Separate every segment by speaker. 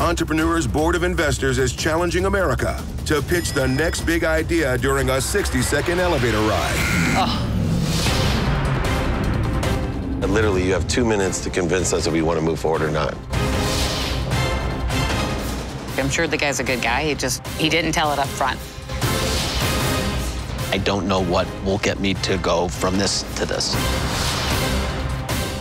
Speaker 1: Entrepreneurs Board of Investors is challenging America to pitch the next big idea during a 60 second elevator ride.
Speaker 2: And literally, you have two minutes to convince us if we want to move forward or not.
Speaker 3: I'm sure the guy's a good guy. He just he didn't tell it up front.
Speaker 4: I don't know what will get me to go from this to this.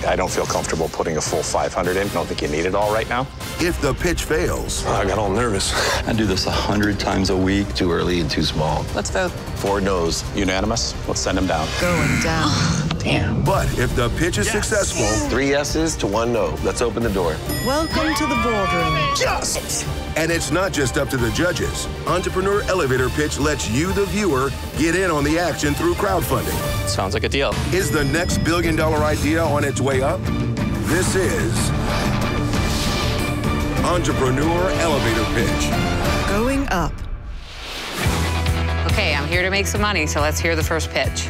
Speaker 5: I don't feel comfortable putting a full 500 in. Don't think you need it all right now.
Speaker 1: If the pitch fails,
Speaker 2: I got all nervous.
Speaker 6: I do this a hundred times a week.
Speaker 2: too early and too small.
Speaker 3: Let's vote.
Speaker 2: Four no's.
Speaker 5: Unanimous. Let's send him down.
Speaker 3: Going down.
Speaker 4: Damn.
Speaker 1: but if the pitch is successful
Speaker 2: Three yeses to one no. Let's open the door.
Speaker 7: Welcome to the boardroom.
Speaker 1: and it's not just up to the judges, Entrepreneur Elevator Pitch lets you, the viewer, get in on the action through crowdfunding.
Speaker 6: Sounds like a deal.
Speaker 1: Is the next billion dollar idea on its way up? This is Entrepreneur Elevator Pitch.
Speaker 7: Going up.
Speaker 3: Okay, I'm here to make some money, so let's hear the first pitch.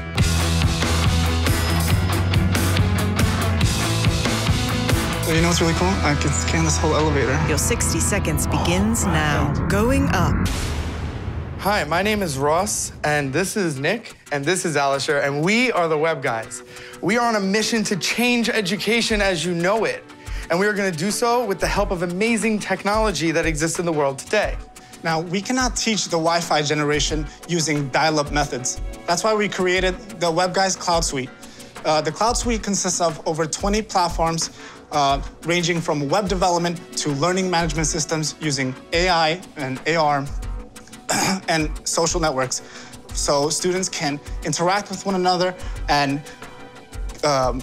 Speaker 8: Well, you know what's really cool? I can scan this whole elevator.
Speaker 7: Your 60 seconds begins now. Going up.
Speaker 8: Hi, my name is Ross, and this is Nick, and this is Alisher, and we are the Web Guys. We are on a mission to change education as you know it, and we are going to do so with the help of amazing technology that exists in the world today.
Speaker 9: Now, we cannot teach the Wi Fi generation using dial up methods. That's why we created the WebGuys Cloud Suite. Uh, the Cloud Suite consists of over 20 platforms uh, ranging from web development to learning management systems using AI and AR and social networks. So students can interact with one another and um,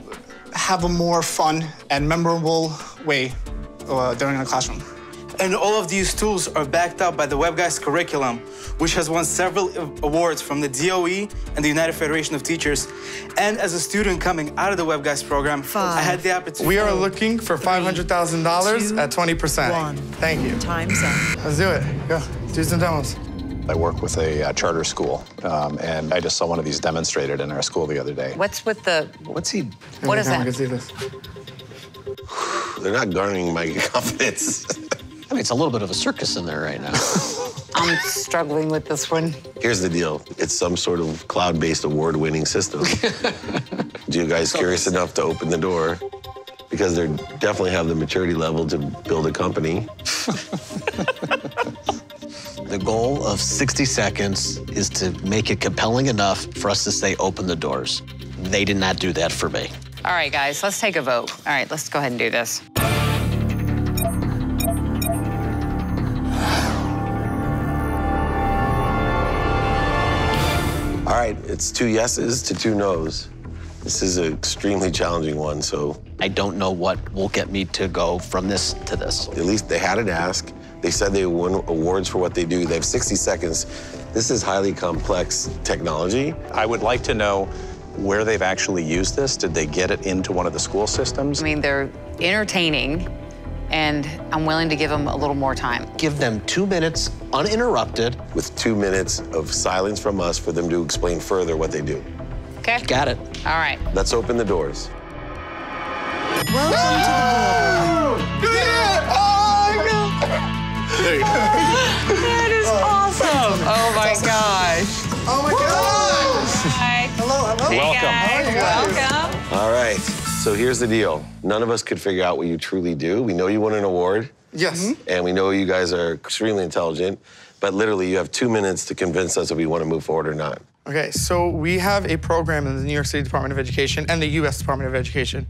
Speaker 9: have a more fun and memorable way uh, during a classroom.
Speaker 10: And all of these tools are backed up by the WebGuys curriculum, which has won several awards from the DOE and the United Federation of Teachers. And as a student coming out of the WebGuys program, I
Speaker 7: Five,
Speaker 10: had the opportunity.
Speaker 8: We are looking for $500,000
Speaker 7: two,
Speaker 8: at 20%.
Speaker 7: One.
Speaker 8: Thank you.
Speaker 7: Time's up.
Speaker 8: Let's do it. Go. Do some demos.
Speaker 5: I work with a uh, charter school, um, and I just saw one of these demonstrated in our school the other day.
Speaker 3: What's with the
Speaker 2: What's he?
Speaker 3: what is
Speaker 8: Come on, I can
Speaker 3: that?
Speaker 8: see this.
Speaker 2: They're not garnering my confidence.
Speaker 4: I mean, it's a little bit of a circus in there right now.
Speaker 3: I'm struggling with this one.
Speaker 2: Here's the deal. It's some sort of cloud-based award-winning system. Do you guys curious enough to open the door? Because they definitely have the maturity level to build a company.
Speaker 4: the goal of 60 seconds is to make it compelling enough for us to say, open the doors. They did not do that for me.
Speaker 3: All right, guys, let's take a vote. All right, let's go ahead and do this.
Speaker 2: All right, it's two yeses to two nos. This is an extremely challenging one, so
Speaker 4: I don't know what will get me to go from this to this.
Speaker 2: at least they had an ask. They said they won awards for what they do. They have 60 seconds. This is highly complex technology. uh,
Speaker 5: I would like to know where they've actually used this. Did they get it into one of the school systems?
Speaker 3: I mean, they're entertaining, and I'm willing to give them a little more time.
Speaker 4: Give them two minutes uninterrupted.
Speaker 2: with two minutes of silence from us for them to explain further what they do.
Speaker 3: Okay?
Speaker 4: Got it.
Speaker 3: All right.
Speaker 2: Let's open the doors.
Speaker 7: Welcome to the boardroom.
Speaker 3: That is awesome. Oh my gosh.
Speaker 8: Oh my gosh!
Speaker 3: Hi.
Speaker 8: Hello, hello.
Speaker 3: Hey,
Speaker 5: Welcome.
Speaker 3: guys.
Speaker 8: How are you guys?
Speaker 3: Welcome.
Speaker 2: All right. So here's the deal. None of us could figure out what you truly do. We know you won an award,
Speaker 8: Yes.
Speaker 2: and we know you guys are extremely intelligent, but literally you have two minutes to convince us if we want to move forward or not.
Speaker 8: Okay, so we have a program in the New York City Department of Education and the US Department of Education.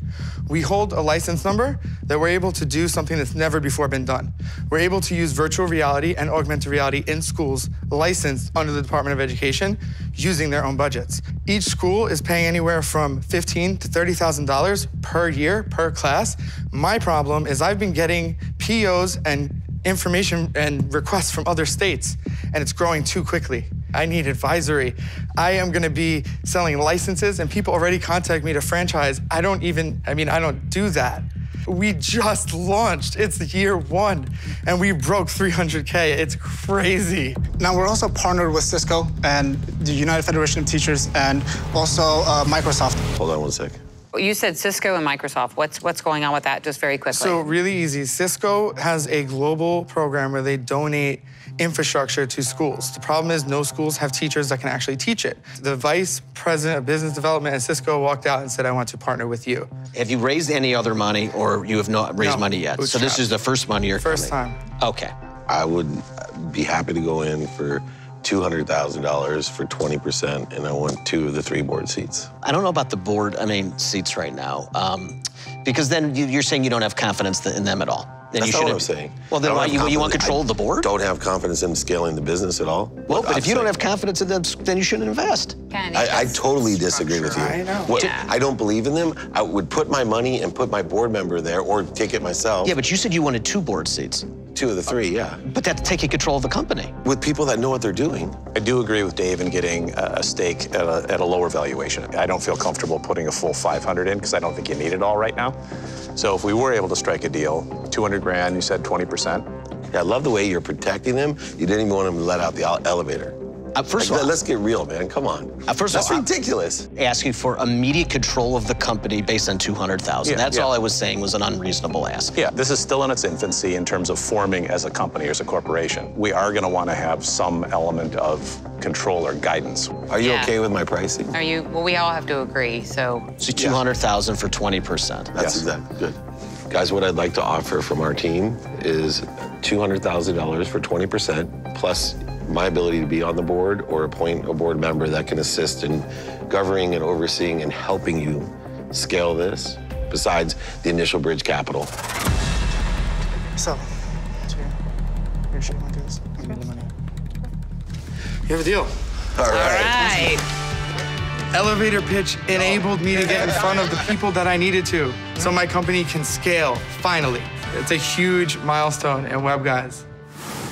Speaker 8: We hold a license number that we're able to do something that's never before been done. We're able to use virtual reality and augmented reality in schools licensed under the Department of Education using their own budgets. Each school is paying anywhere from $15,000 to $30,000 per year per class. My problem is I've been getting POs and information and requests from other states, and it's growing too quickly. I need advisory. I am going to be selling licenses, and people already contact me to franchise. I don't even, I mean, I don't do that. We just launched. It's year one, and we broke 300K. It's crazy.
Speaker 9: Now we're also partnered with Cisco and the United Federation of Teachers and also uh, Microsoft.
Speaker 2: Hold on one sec.
Speaker 3: You said Cisco and Microsoft. What's what's going on with that? Just very quickly.
Speaker 8: So really easy. Cisco has a global program where they donate infrastructure to schools. The problem is no schools have teachers that can actually teach it. The vice president of business development at Cisco walked out and said, "I want to partner with you."
Speaker 4: Have you raised any other money or you have not raised
Speaker 8: No,
Speaker 4: money yet? So this
Speaker 8: bootstrap.
Speaker 4: is the first money you're
Speaker 8: First
Speaker 4: coming.
Speaker 8: time.
Speaker 4: Okay.
Speaker 2: I would be happy to go in for $200,000 for 20%, and I want two of the three board seats.
Speaker 4: I don't know about the board, I mean, seats right now. Um, because then you, you're saying you don't have confidence th- in them at all. Then
Speaker 2: That's
Speaker 4: you
Speaker 2: not what
Speaker 4: shouldn't-
Speaker 2: I'm saying.
Speaker 4: Well,
Speaker 2: I
Speaker 4: then
Speaker 2: don't
Speaker 4: why,
Speaker 2: have
Speaker 4: you, you want
Speaker 2: confidence-
Speaker 4: control of the
Speaker 2: I
Speaker 4: board?
Speaker 2: don't have confidence in scaling the business at all.
Speaker 4: Well, but
Speaker 2: I'm
Speaker 4: if you don't
Speaker 2: saying-
Speaker 4: have confidence in them, then you shouldn't invest.
Speaker 3: Kenny,
Speaker 2: I, I totally disagree with you.
Speaker 3: I know.
Speaker 2: What-
Speaker 3: Yeah.
Speaker 2: I don't believe in them. I would put my money and put my board member there or take it myself.
Speaker 4: Yeah, but you said you wanted two board seats,
Speaker 2: two of the three, yeah.
Speaker 4: but that's taking control of the company.
Speaker 2: With people that know what they're doing.
Speaker 5: I do agree with Dave in getting a a stake at a, at a lower valuation. I don't feel comfortable putting a full 500 in because I don't think you need it all right now. So if we were able to strike a deal, 200 grand, you said 20%.
Speaker 2: I love the way you're protecting them. You didn't even want them to let out the ele- elevator.
Speaker 4: Uh, first
Speaker 2: Like,
Speaker 4: of all,
Speaker 2: let's get real, man. Come on.
Speaker 4: Uh, first of
Speaker 2: That's
Speaker 4: all, I-
Speaker 2: ridiculous.
Speaker 4: asking for immediate control of the company based on 200,000.
Speaker 5: Yeah,
Speaker 4: That's
Speaker 5: yeah.
Speaker 4: all I was saying was an unreasonable ask.
Speaker 5: Yeah, this is still in its infancy in terms of forming as a company or as a corporation. We are going to want to have some element of control or guidance.
Speaker 2: Are you
Speaker 3: Yeah.
Speaker 2: okay with my pricing?
Speaker 3: are you? Well, we all have to agree. So
Speaker 4: So 200,000 for 20%.
Speaker 2: That's
Speaker 5: Yes.
Speaker 2: exactly good. Guys, what I'd like to offer from our team is $200,000 for 20%, plus my ability to be on the board or appoint a board member that can assist in governing and overseeing and helping you scale this, besides the initial bridge capital.
Speaker 8: So, here, here, shake my this. Give me the money. You have a deal.
Speaker 2: All
Speaker 3: all
Speaker 2: right.
Speaker 3: right.
Speaker 8: Elevator pitch enabled me to get in front of the people that I needed to, so my company can scale finally. It's a huge milestone in Web Guys.